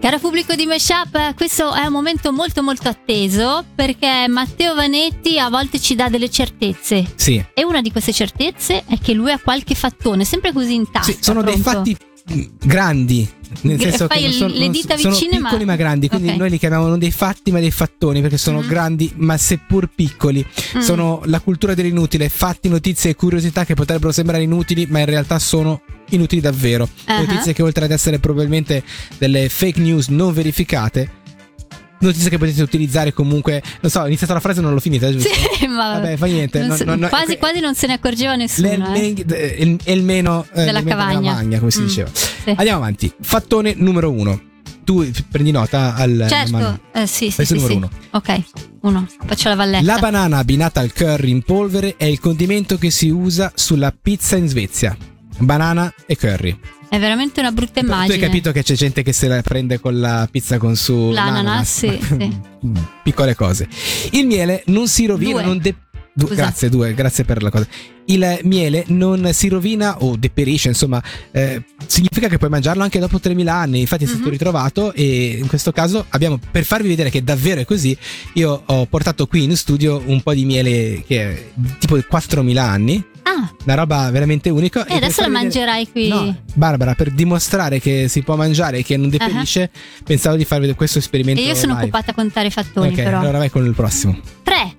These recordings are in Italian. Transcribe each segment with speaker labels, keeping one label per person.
Speaker 1: Caro pubblico di Meshup, questo è un momento molto molto atteso perché Matteo Vanetti a volte ci dà delle certezze
Speaker 2: Sì.
Speaker 1: e una di queste certezze è che lui ha qualche fattone, sempre così in tasca.
Speaker 2: Sì, sono dei
Speaker 1: pronto.
Speaker 2: fatti mh, grandi nel
Speaker 1: Che
Speaker 2: senso che
Speaker 1: fai
Speaker 2: non sono,
Speaker 1: le
Speaker 2: non
Speaker 1: dita
Speaker 2: sono
Speaker 1: vicine, ma-
Speaker 2: piccoli ma grandi quindi
Speaker 1: Ok.
Speaker 2: noi li chiamiamo non dei fatti ma dei fattoni perché sono
Speaker 1: Mhm.
Speaker 2: grandi ma seppur piccoli
Speaker 1: Mm.
Speaker 2: sono la cultura dell'inutile fatti notizie e curiosità che potrebbero sembrare inutili ma in realtà sono inutili davvero
Speaker 1: Ah.
Speaker 2: notizie che oltre ad essere probabilmente delle fake news non verificate notizie che potete utilizzare comunque non so ho iniziato la frase e non l'ho finita giusto?
Speaker 1: Sì, ma
Speaker 2: vabbè fa niente
Speaker 1: non
Speaker 2: no-
Speaker 1: se-
Speaker 2: no- no-
Speaker 1: quasi
Speaker 2: que-
Speaker 1: quasi non se ne accorgeva
Speaker 2: le-
Speaker 1: nessuno. eh.
Speaker 2: le- d- il, è il meno eh,
Speaker 1: Della
Speaker 2: il meno
Speaker 1: cavagna.
Speaker 2: come si
Speaker 1: Mm.
Speaker 2: diceva.
Speaker 1: Sì.
Speaker 2: Andiamo avanti. Fattone numero uno. Tu f- prendi nota al
Speaker 1: Certo,
Speaker 2: Manu.
Speaker 1: eh, sì, sì,
Speaker 2: Questo
Speaker 1: sì,
Speaker 2: è il
Speaker 1: sì.
Speaker 2: numero
Speaker 1: Ok, uno, faccio la valletta.
Speaker 2: La banana abbinata al curry in polvere è il condimento che si usa sulla pizza in Svezia. Banana e curry.
Speaker 1: è veramente una brutta
Speaker 2: Tu hai
Speaker 1: immagine.
Speaker 2: capito che c'è gente che se la prende con la pizza con su
Speaker 1: L'ananas, sì, sì.
Speaker 2: Mm, Piccole cose. Il miele non si rovina,
Speaker 1: Due.
Speaker 2: non de- du-
Speaker 1: Scusa.
Speaker 2: grazie, due, grazie per la cosa. Il miele non si rovina o deperisce, insomma, eh, significa che puoi mangiarlo anche dopo 3000 anni. Infatti, è stato
Speaker 1: Mhm.
Speaker 2: ritrovato e in questo caso abbiamo, per farvi vedere che davvero è così, io ho portato qui in studio un po' di miele che è tipo 4000 anni,
Speaker 1: Ah,
Speaker 2: una roba veramente unica.
Speaker 1: e adesso la
Speaker 2: mangerò
Speaker 1: mangerai qui.
Speaker 2: No, Barbara, per dimostrare che si può mangiare e che non deperisce, pensavo di farvi questo esperimento.
Speaker 1: e io sono
Speaker 2: live.
Speaker 1: occupata a contare i fattoni,
Speaker 2: Ok,
Speaker 1: però.
Speaker 2: allora vai con il prossimo.
Speaker 1: Tre.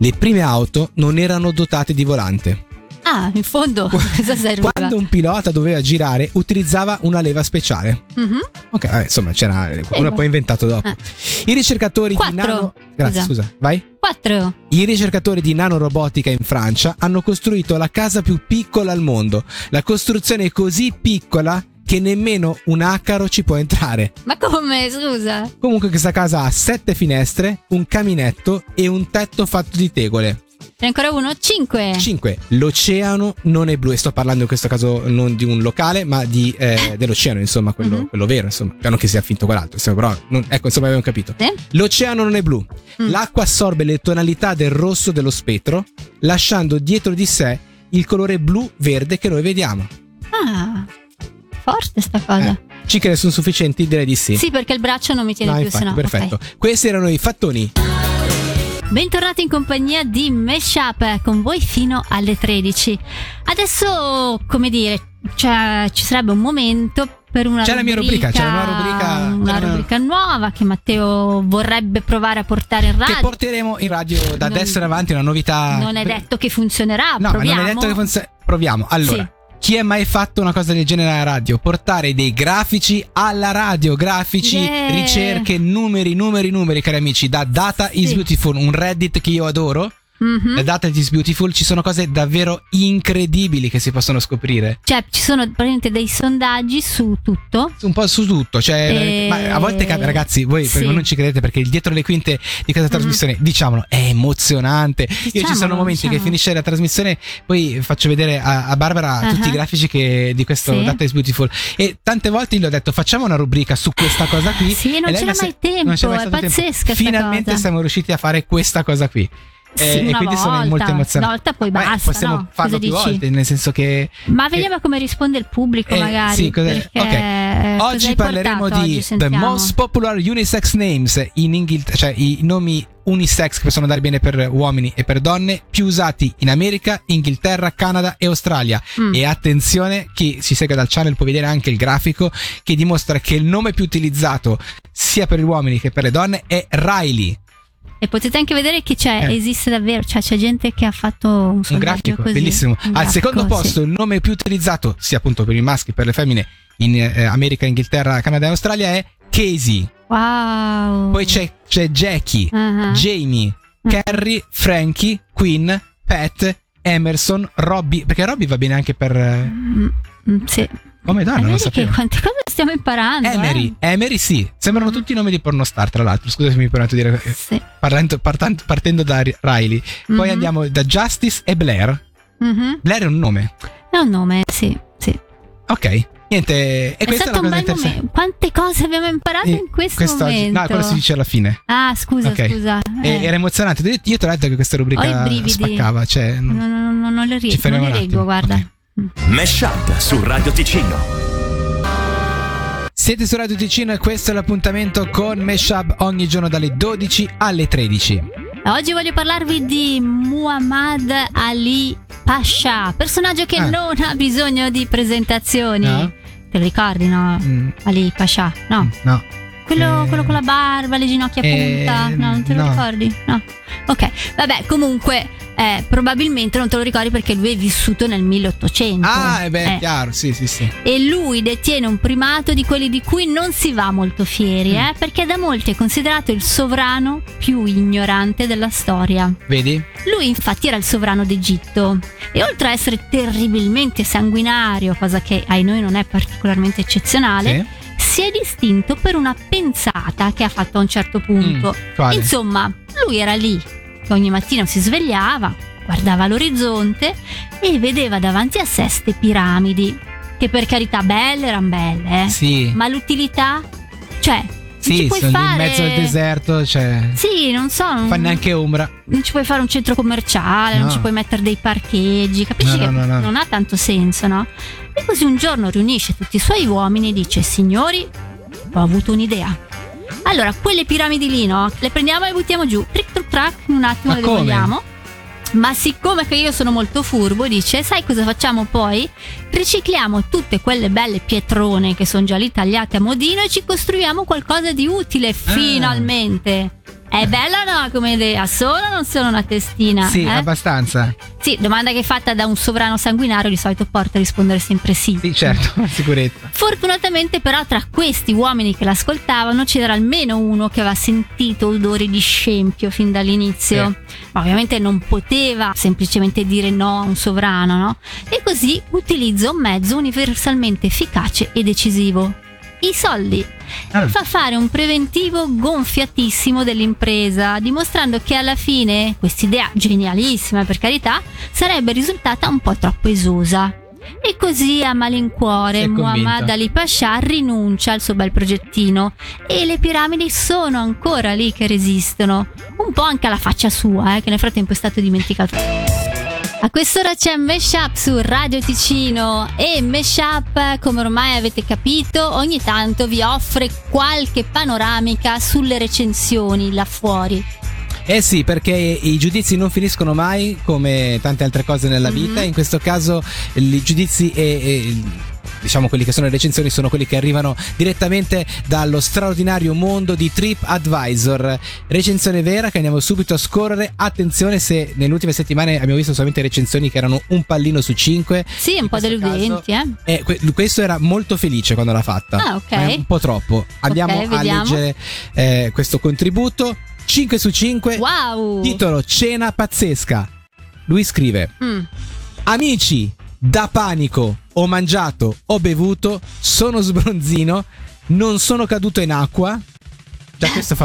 Speaker 2: Le prime auto non erano dotate di volante.
Speaker 1: Ah, in fondo, cosa serviva?
Speaker 2: Quando un pilota doveva girare, utilizzava una leva speciale.
Speaker 1: Mhm.
Speaker 2: Ok, vabbè, insomma, c'era qualcuno
Speaker 1: Leva.
Speaker 2: poi inventato dopo.
Speaker 1: Ah.
Speaker 2: I ricercatori
Speaker 1: Quattro.
Speaker 2: di nano Grazie,
Speaker 1: Scusa.
Speaker 2: scusa. Vai.
Speaker 1: Quattro.
Speaker 2: I ricercatori di nanorobotica in Francia hanno costruito la casa più piccola al mondo. La costruzione è così piccola che nemmeno un acaro ci può entrare.
Speaker 1: Ma come, scusa?
Speaker 2: Comunque questa casa ha sette finestre, un caminetto e un tetto fatto di tegole.
Speaker 1: C'è ancora uno? Cinque.
Speaker 2: 5. L'oceano non è blu. E sto parlando in questo caso non di un locale, ma di, eh, dell'oceano, insomma, quello,
Speaker 1: Mhm.
Speaker 2: quello vero, insomma. Che non che sia finto quell'altro, insomma, però non- ecco, insomma, abbiamo capito.
Speaker 1: Sì.
Speaker 2: L'oceano non è blu.
Speaker 1: Mm.
Speaker 2: L'acqua assorbe le tonalità del rosso dello spettro, lasciando dietro di sé il colore blu-verde che noi vediamo.
Speaker 1: Ah, forte sta cosa.
Speaker 2: Eh, Ci che ne sono sufficienti? Direi di sì.
Speaker 1: Ah, Sì, perché il braccio non mi tiene
Speaker 2: No,
Speaker 1: più,
Speaker 2: infatti,
Speaker 1: sennò.
Speaker 2: perfetto.
Speaker 1: ok.
Speaker 2: Questi erano i fattoni.
Speaker 1: Bentornati in compagnia di Meshup eh, con voi fino alle 13. Adesso, come dire, c'è- ci sarebbe un momento per una
Speaker 2: C'è la mia rubrica, c'è una rubrica-
Speaker 1: una
Speaker 2: c'è una-
Speaker 1: rubrica nuova che Matteo vorrebbe provare a portare in radio.
Speaker 2: Che porteremo in radio da
Speaker 1: Non-
Speaker 2: adesso in avanti una novità.
Speaker 1: non è detto che funzionerà,
Speaker 2: No, ma
Speaker 1: proviamo.
Speaker 2: non è detto che funziona. Proviamo. Allora. Chi ha mai fatto una cosa del genere alla radio? Portare dei grafici alla radio, grafici,
Speaker 1: Yeah.
Speaker 2: ricerche, numeri, numeri, numeri, cari amici, da Data is
Speaker 1: Sì.
Speaker 2: Beautiful, un Reddit che io adoro.
Speaker 1: Sì. Mhm.
Speaker 2: Da Data is Beautiful ci sono cose davvero incredibili che si possono scoprire.
Speaker 1: Cioè, ci sono praticamente dei sondaggi su tutto.
Speaker 2: Un po' su tutto, cioè,
Speaker 1: Eh,
Speaker 2: ma a volte, cap- ragazzi, voi
Speaker 1: sì. Mm-hmm.
Speaker 2: non ci credete perché il dietro le quinte di questa trasmissione, diciamolo, è emozionante. Io ci sono
Speaker 1: Diciamolo,
Speaker 2: momenti che
Speaker 1: diciamolo.
Speaker 2: finisce la trasmissione, poi faccio vedere a, a Barbara
Speaker 1: Ah.
Speaker 2: tutti i grafici che- di questo
Speaker 1: Sì.
Speaker 2: Data is Beautiful. E tante volte gli ho detto facciamo una rubrica su questa cosa qui.
Speaker 1: Sì,
Speaker 2: E
Speaker 1: non
Speaker 2: lei mi
Speaker 1: c'era
Speaker 2: ha se-
Speaker 1: mai tempo,
Speaker 2: non c'era mai
Speaker 1: è
Speaker 2: stato tempo.
Speaker 1: pazzesca
Speaker 2: Finalmente
Speaker 1: sta cosa.
Speaker 2: siamo riusciti a fare questa cosa qui.
Speaker 1: Sì,
Speaker 2: Eh, e
Speaker 1: una
Speaker 2: quindi sono
Speaker 1: volta.
Speaker 2: molto emozionato.
Speaker 1: Una volta poi
Speaker 2: Ma eh,
Speaker 1: basta,
Speaker 2: possiamo
Speaker 1: no?
Speaker 2: farlo
Speaker 1: Cosa
Speaker 2: più
Speaker 1: dici?
Speaker 2: volte, nel senso che
Speaker 1: Ma vediamo come risponde il pubblico,
Speaker 2: eh,
Speaker 1: magari.
Speaker 2: sì, cosa-
Speaker 1: perché,
Speaker 2: ok.
Speaker 1: eh, cosa
Speaker 2: Oggi
Speaker 1: hai
Speaker 2: parleremo
Speaker 1: portato
Speaker 2: di
Speaker 1: oggi?
Speaker 2: The
Speaker 1: Sentiamo.
Speaker 2: Most Popular Unisex Names in Inghilterra, cioè i nomi unisex che possono andare bene per uomini e per donne, più usati in America, Inghilterra, Canada e Australia.
Speaker 1: Mm.
Speaker 2: E attenzione, chi si segue dal channel può vedere anche il grafico che dimostra che il nome più utilizzato sia per gli uomini che per le donne è Riley.
Speaker 1: E potete anche vedere che c'è,
Speaker 2: Eh.
Speaker 1: esiste davvero, cioè c'è gente che ha fatto un,
Speaker 2: Un
Speaker 1: sondaggio
Speaker 2: grafico
Speaker 1: così.
Speaker 2: bellissimo.
Speaker 1: Un
Speaker 2: Al
Speaker 1: grafico,
Speaker 2: secondo posto,
Speaker 1: sì.
Speaker 2: il nome più utilizzato, sia appunto per i maschi che per le femmine, in eh, America, Inghilterra, Canada e Australia è Casey.
Speaker 1: Wow.
Speaker 2: Poi c'è, c'è Jackie,
Speaker 1: Ah.
Speaker 2: Jamie,
Speaker 1: Mm.
Speaker 2: Carrie, Frankie, Quinn, Pat, Emerson, Robby. Perché Robby va bene anche per. eh,
Speaker 1: Mm, mm, sì.
Speaker 2: Oh,
Speaker 1: Eh,
Speaker 2: Madonna, non lo
Speaker 1: vedi
Speaker 2: sapevo.
Speaker 1: che quante cose stiamo imparando. eh?
Speaker 2: Emery, Emery, sì.
Speaker 1: Mm.
Speaker 2: Sembrano tutti nomi di pornostar, tra l'altro. Scusa se mi permetto di dire. eh,
Speaker 1: Sì.
Speaker 2: Parlando, partando- partendo da Ri- Riley. Poi
Speaker 1: Mhm.
Speaker 2: andiamo da Justice e Blair.
Speaker 1: Mhm.
Speaker 2: Blair è un nome.
Speaker 1: È un nome, sì. sì.
Speaker 2: Ok. Niente. E
Speaker 1: È
Speaker 2: questa è
Speaker 1: stato
Speaker 2: la
Speaker 1: un
Speaker 2: cosa
Speaker 1: bel
Speaker 2: interessante.
Speaker 1: momento. Quante cose abbiamo imparato
Speaker 2: Eh,
Speaker 1: in questo
Speaker 2: quest'oggi-
Speaker 1: momento.
Speaker 2: No, quello si dice alla fine.
Speaker 1: Ah, scusa,
Speaker 2: Ok.
Speaker 1: scusa.
Speaker 2: E-
Speaker 1: eh.
Speaker 2: Era emozionante. Io ti ho detto che questa
Speaker 1: Ho i
Speaker 2: rubrica
Speaker 1: brividi.
Speaker 2: spaccava. Cioè,
Speaker 1: No, no, no, non le, ri-
Speaker 2: Ci
Speaker 1: non
Speaker 2: fermiamo
Speaker 1: le Mm.
Speaker 2: un attimo.
Speaker 1: reggo, guarda.
Speaker 2: Ok.
Speaker 3: Mesh Up su Radio Ticino.
Speaker 2: Siete su Radio Ticino e questo è l'appuntamento con Meshab ogni giorno dalle 12 alle 13.
Speaker 1: Oggi voglio parlarvi di Muhammad Ali Pasha, personaggio che
Speaker 2: Ah.
Speaker 1: non ha bisogno di presentazioni.
Speaker 2: No?
Speaker 1: Te lo ricordi, no?
Speaker 2: Mm,
Speaker 1: Ali Pasha, no?
Speaker 2: no.
Speaker 1: Quello,
Speaker 2: Eh.
Speaker 1: quello con la barba, le ginocchia
Speaker 2: Eh,
Speaker 1: punta, no? Non te lo
Speaker 2: no.
Speaker 1: ricordi? No. Ok, vabbè, comunque, eh, probabilmente non te lo ricordi perché lui è vissuto nel 1800.
Speaker 2: Ah, e beh,
Speaker 1: Eh,
Speaker 2: chiaro, sì, sì, sì.
Speaker 1: e lui detiene un primato di quelli di cui non si va molto
Speaker 2: Mm.
Speaker 1: fieri, eh, perché da molti è considerato il sovrano più ignorante della storia.
Speaker 2: Vedi?
Speaker 1: Lui infatti era il sovrano d'Egitto e oltre a essere terribilmente sanguinario, cosa che ai noi non è particolarmente eccezionale,
Speaker 2: Sì.
Speaker 1: si è distinto per una pensata che ha fatto a un certo punto.
Speaker 2: Mm, quale?
Speaker 1: Insomma, lui era lì, che ogni mattino si svegliava, guardava l'orizzonte e vedeva davanti a sé ste piramidi, che per carità belle erano belle, eh.
Speaker 2: Sì.
Speaker 1: ma l'utilità? Cioè, non ci
Speaker 2: Sì,
Speaker 1: puoi
Speaker 2: sono lì in
Speaker 1: fare-
Speaker 2: mezzo al deserto, cioè.
Speaker 1: Sì, non so, non,
Speaker 2: Fa neanche ombra.
Speaker 1: non ci puoi fare un centro commerciale, non
Speaker 2: No.
Speaker 1: ci puoi mettere dei parcheggi, capisci
Speaker 2: No,
Speaker 1: che
Speaker 2: no, no, no.
Speaker 1: non ha tanto senso, no? E così un giorno riunisce tutti i suoi uomini e dice, signori, ho avuto un'idea. Allora, quelle piramidi lì, no? Le prendiamo e le buttiamo giù, trick truck track, in un attimo
Speaker 2: Ma
Speaker 1: le
Speaker 2: come?
Speaker 1: vogliamo. Ma siccome che io sono molto furbo, dice, sai cosa facciamo poi? Ricicliamo tutte quelle belle pietrone che sono già lì tagliate a modino e ci costruiamo qualcosa di
Speaker 2: Ah.
Speaker 1: utile, finalmente. È bella o no come idea? Solo non sono una testina.
Speaker 2: sì,
Speaker 1: eh?
Speaker 2: abbastanza.
Speaker 1: Sì, domanda che è fatta da un sovrano sanguinario di solito porta a rispondere sempre sì.
Speaker 2: Sì, certo, sicurezza.
Speaker 1: Fortunatamente però tra questi uomini che l'ascoltavano c'era almeno uno che aveva sentito odori di scempio fin dall'inizio. Ma ovviamente non poteva semplicemente dire no a un sovrano, no? E così utilizza un mezzo universalmente efficace e decisivo. I soldi.
Speaker 2: Ah.
Speaker 1: Fa fare un preventivo gonfiatissimo dell'impresa, dimostrando che alla fine quest'idea genialissima, per carità, sarebbe risultata un po' troppo esosa. E così a
Speaker 2: Si
Speaker 1: malincuore
Speaker 2: è convinto.
Speaker 1: Muhammad Ali Pasha rinuncia al suo bel progettino e le piramidi sono ancora lì che resistono, un po' anche alla faccia sua, eh, che nel frattempo è stato dimenticato. A quest'ora c'è Meshup su Radio Ticino e Meshup, come ormai avete capito, ogni tanto vi offre qualche panoramica sulle recensioni là fuori.
Speaker 2: Eh sì, perché i giudizi non finiscono mai come tante altre cose nella
Speaker 1: Mhm.
Speaker 2: vita. In questo caso i giudizi e, e- diciamo quelli che sono le recensioni sono quelli che arrivano direttamente dallo straordinario mondo di TripAdvisor. Recensione vera che andiamo subito a scorrere. Attenzione se nelle ultime settimane abbiamo visto solamente recensioni che erano un pallino su cinque.
Speaker 1: Sì, un
Speaker 2: In
Speaker 1: po'
Speaker 2: questo
Speaker 1: deludenti, eh.
Speaker 2: E que- questo era molto felice quando l'ha fatta.
Speaker 1: Ah, ok.
Speaker 2: Ma è un po' troppo. Andiamo
Speaker 1: Ok,
Speaker 2: a
Speaker 1: vediamo.
Speaker 2: leggere eh, questo contributo. 5 su 5.
Speaker 1: Wow!
Speaker 2: Titolo Cena pazzesca. Lui scrive:
Speaker 1: Mm.
Speaker 2: Amici, da panico, ho mangiato, ho bevuto, sono sbronzino, non sono caduto in acqua. Già questo fa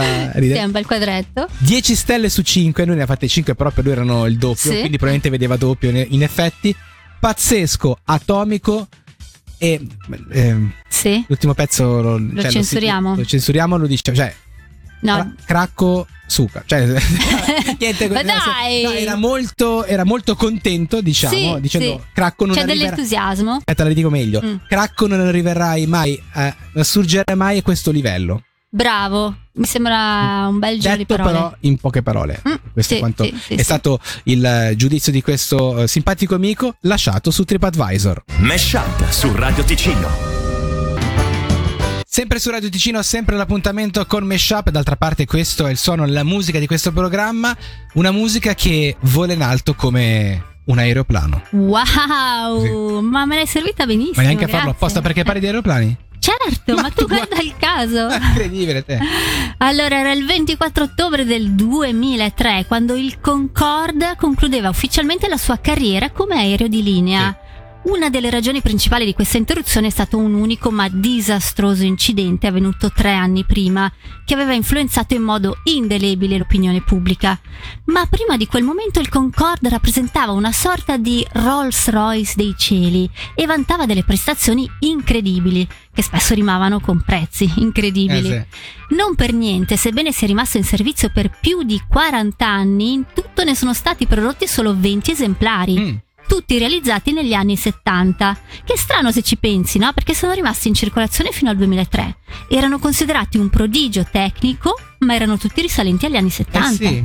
Speaker 1: Sì, è
Speaker 2: ridere.
Speaker 1: un bel quadretto.
Speaker 2: 10 stelle su 5, noi ne ha fatte 5, però per lui erano il doppio,
Speaker 1: Sì.
Speaker 2: quindi probabilmente vedeva doppio in in effetti. Pazzesco, atomico e ehm,
Speaker 1: Sì.
Speaker 2: l'ultimo pezzo lo, cioè, si-
Speaker 1: censuriamo?
Speaker 2: Lo censuriamo, lo dice, cioè Cra-
Speaker 1: No.
Speaker 2: cracco suca. Cioè, niente,
Speaker 1: Ma
Speaker 2: no,
Speaker 1: dai!
Speaker 2: no, era, molto, era molto contento, diciamo,
Speaker 1: Sì,
Speaker 2: dicendo
Speaker 1: sì.
Speaker 2: cracco non
Speaker 1: C'è
Speaker 2: arriverà.
Speaker 1: dell'entusiasmo.
Speaker 2: Aspetta, la dico meglio.
Speaker 1: Mm.
Speaker 2: Cracco non arriverai mai, eh, non sorgerai mai a questo livello.
Speaker 1: Bravo. Mi sembra un bel giro di
Speaker 2: Detto
Speaker 1: parole.
Speaker 2: però in poche parole.
Speaker 1: Mm,
Speaker 2: Questo
Speaker 1: sì,
Speaker 2: è quanto
Speaker 1: sì, sì,
Speaker 2: è
Speaker 1: sì.
Speaker 2: stato il eh, giudizio di questo eh, simpatico amico lasciato su TripAdvisor.
Speaker 3: Mesh Up su Radio Ticino.
Speaker 2: Sempre su Radio Ticino, sempre l'appuntamento con Meshup. D'altra parte, questo è il suono, la musica di questo programma. Una musica che vola in alto come un aeroplano.
Speaker 1: Wow, ma me l'hai servita benissimo.
Speaker 2: Ma neanche a
Speaker 1: grazie.
Speaker 2: farlo apposta perché parli di aeroplani?
Speaker 1: Certo, ma,
Speaker 2: Ma
Speaker 1: tu
Speaker 2: tu-
Speaker 1: guarda il caso.
Speaker 2: Ah, Incredibile, te.
Speaker 1: Allora, era il 24 ottobre del 2003 quando il Concorde concludeva ufficialmente la sua carriera come aereo di linea. Una delle ragioni principali di questa interruzione è stato un unico ma disastroso incidente avvenuto tre anni prima, che aveva influenzato in modo indelebile l'opinione pubblica. Ma prima di quel momento il Concorde rappresentava una sorta di Rolls Royce dei cieli e vantava delle prestazioni incredibili, che spesso rimavano con prezzi incredibili.
Speaker 2: Eh, sì.
Speaker 1: Non per niente, sebbene sia rimasto in servizio per più di 40 anni, in tutto ne sono stati prodotti solo 20 esemplari.
Speaker 2: Mm.
Speaker 1: tutti realizzati negli anni 70. Che strano se ci pensi, no? Perché sono rimasti in circolazione fino al 2003. Erano considerati un prodigio tecnico, ma erano tutti risalenti agli anni 70.
Speaker 2: Eh sì.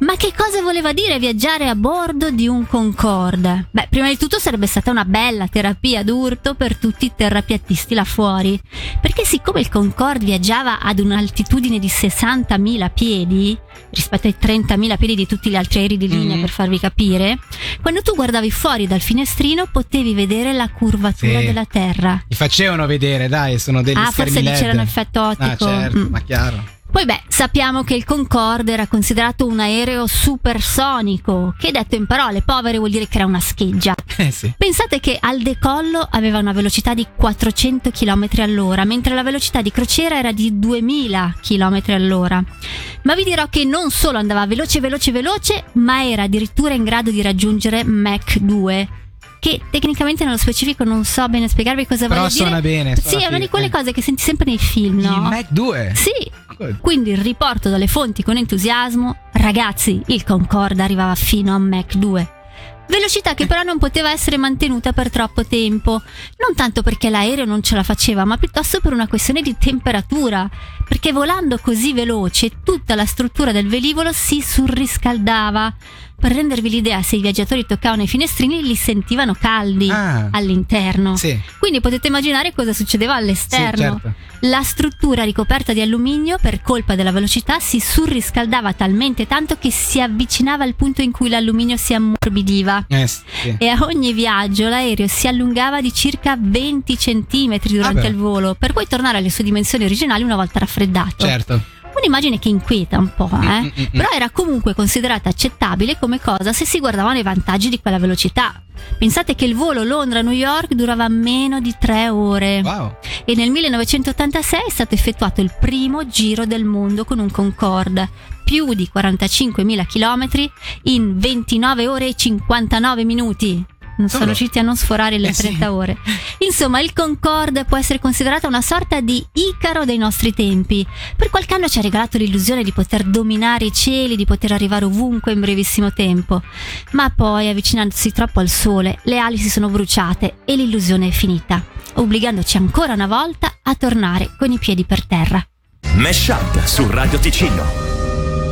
Speaker 1: Ma che cosa voleva dire viaggiare a bordo di un Concorde? Beh, prima di tutto sarebbe stata una bella terapia d'urto per tutti i terrapiattisti là fuori. Perché siccome il Concorde viaggiava ad un'altitudine di 60.000 piedi, rispetto ai 30.000 piedi di tutti gli altri aerei di linea,
Speaker 2: Mhm.
Speaker 1: per farvi capire, quando tu guardavi fuori dal finestrino potevi vedere la curvatura
Speaker 2: Sì.
Speaker 1: della Terra.
Speaker 2: Mi facevano vedere, dai, sono degli
Speaker 1: ah,
Speaker 2: schermi
Speaker 1: forse lì
Speaker 2: LED.
Speaker 1: c'era un effetto
Speaker 2: Ah,
Speaker 1: ottico.
Speaker 2: certo,
Speaker 1: Mm.
Speaker 2: ma chiaro.
Speaker 1: Poi beh, sappiamo che il Concorde era considerato un aereo supersonico, che detto in parole povere vuol dire che era una scheggia.
Speaker 2: Eh sì.
Speaker 1: Pensate che al decollo aveva una velocità di 400 km all'ora, mentre la velocità di crociera era di 2000 km all'ora. Ma vi dirò che non solo andava veloce, veloce, veloce, ma era addirittura in grado di raggiungere Mach 2, che tecnicamente nello specifico non so bene spiegarvi cosa
Speaker 2: Però
Speaker 1: voglia
Speaker 2: suona
Speaker 1: dire.
Speaker 2: bene.
Speaker 1: Sì, è una di quelle cose che senti sempre nei film,
Speaker 2: Il
Speaker 1: no?
Speaker 2: Mac 2.
Speaker 1: Sì,
Speaker 2: Good.
Speaker 1: quindi il riporto dalle fonti con entusiasmo, ragazzi, il Concorde arrivava fino a Mach 2. Velocità che però non poteva essere mantenuta per troppo tempo, non tanto perché l'aereo non ce la faceva, ma piuttosto per una questione di temperatura, perché volando così veloce tutta la struttura del velivolo si surriscaldava. Per rendervi l'idea, se i viaggiatori toccavano i finestrini li sentivano caldi
Speaker 2: Ah,
Speaker 1: all'interno.
Speaker 2: sì.
Speaker 1: Quindi potete immaginare cosa succedeva
Speaker 2: Sì,
Speaker 1: all'esterno.
Speaker 2: certo.
Speaker 1: La struttura ricoperta di alluminio, per colpa della velocità, si surriscaldava talmente tanto che si avvicinava al punto in cui l'alluminio si ammorbidiva.
Speaker 2: Eh, sì.
Speaker 1: E a ogni viaggio l'aereo si allungava di circa 20 cm durante
Speaker 2: Vabbè.
Speaker 1: il volo, per poi tornare alle sue dimensioni originali una volta raffreddato.
Speaker 2: Certo.
Speaker 1: Un'immagine che inquieta un po',
Speaker 2: Mm,
Speaker 1: eh?
Speaker 2: mm, mm, mm.
Speaker 1: Però era comunque considerata accettabile come cosa se si guardavano i vantaggi di quella velocità. Pensate che il volo Londra-New York durava meno di tre ore
Speaker 2: Wow.
Speaker 1: e nel 1986 è stato effettuato il primo giro del mondo con un Concorde, più di 45.000 km in 29 ore e 59 minuti. Non sono
Speaker 2: Solo.
Speaker 1: riusciti a non sforare le
Speaker 2: Eh sì.
Speaker 1: 30 ore. Insomma, il Concorde può essere considerato una sorta di Icaro dei nostri tempi. Per qualche anno ci ha regalato l'illusione di poter dominare i cieli, di poter arrivare ovunque in brevissimo tempo. Ma poi, avvicinandosi troppo al sole, le ali si sono bruciate e l'illusione è finita, obbligandoci ancora una volta a tornare con i piedi per terra.
Speaker 3: Mesh Up su Radio Ticino.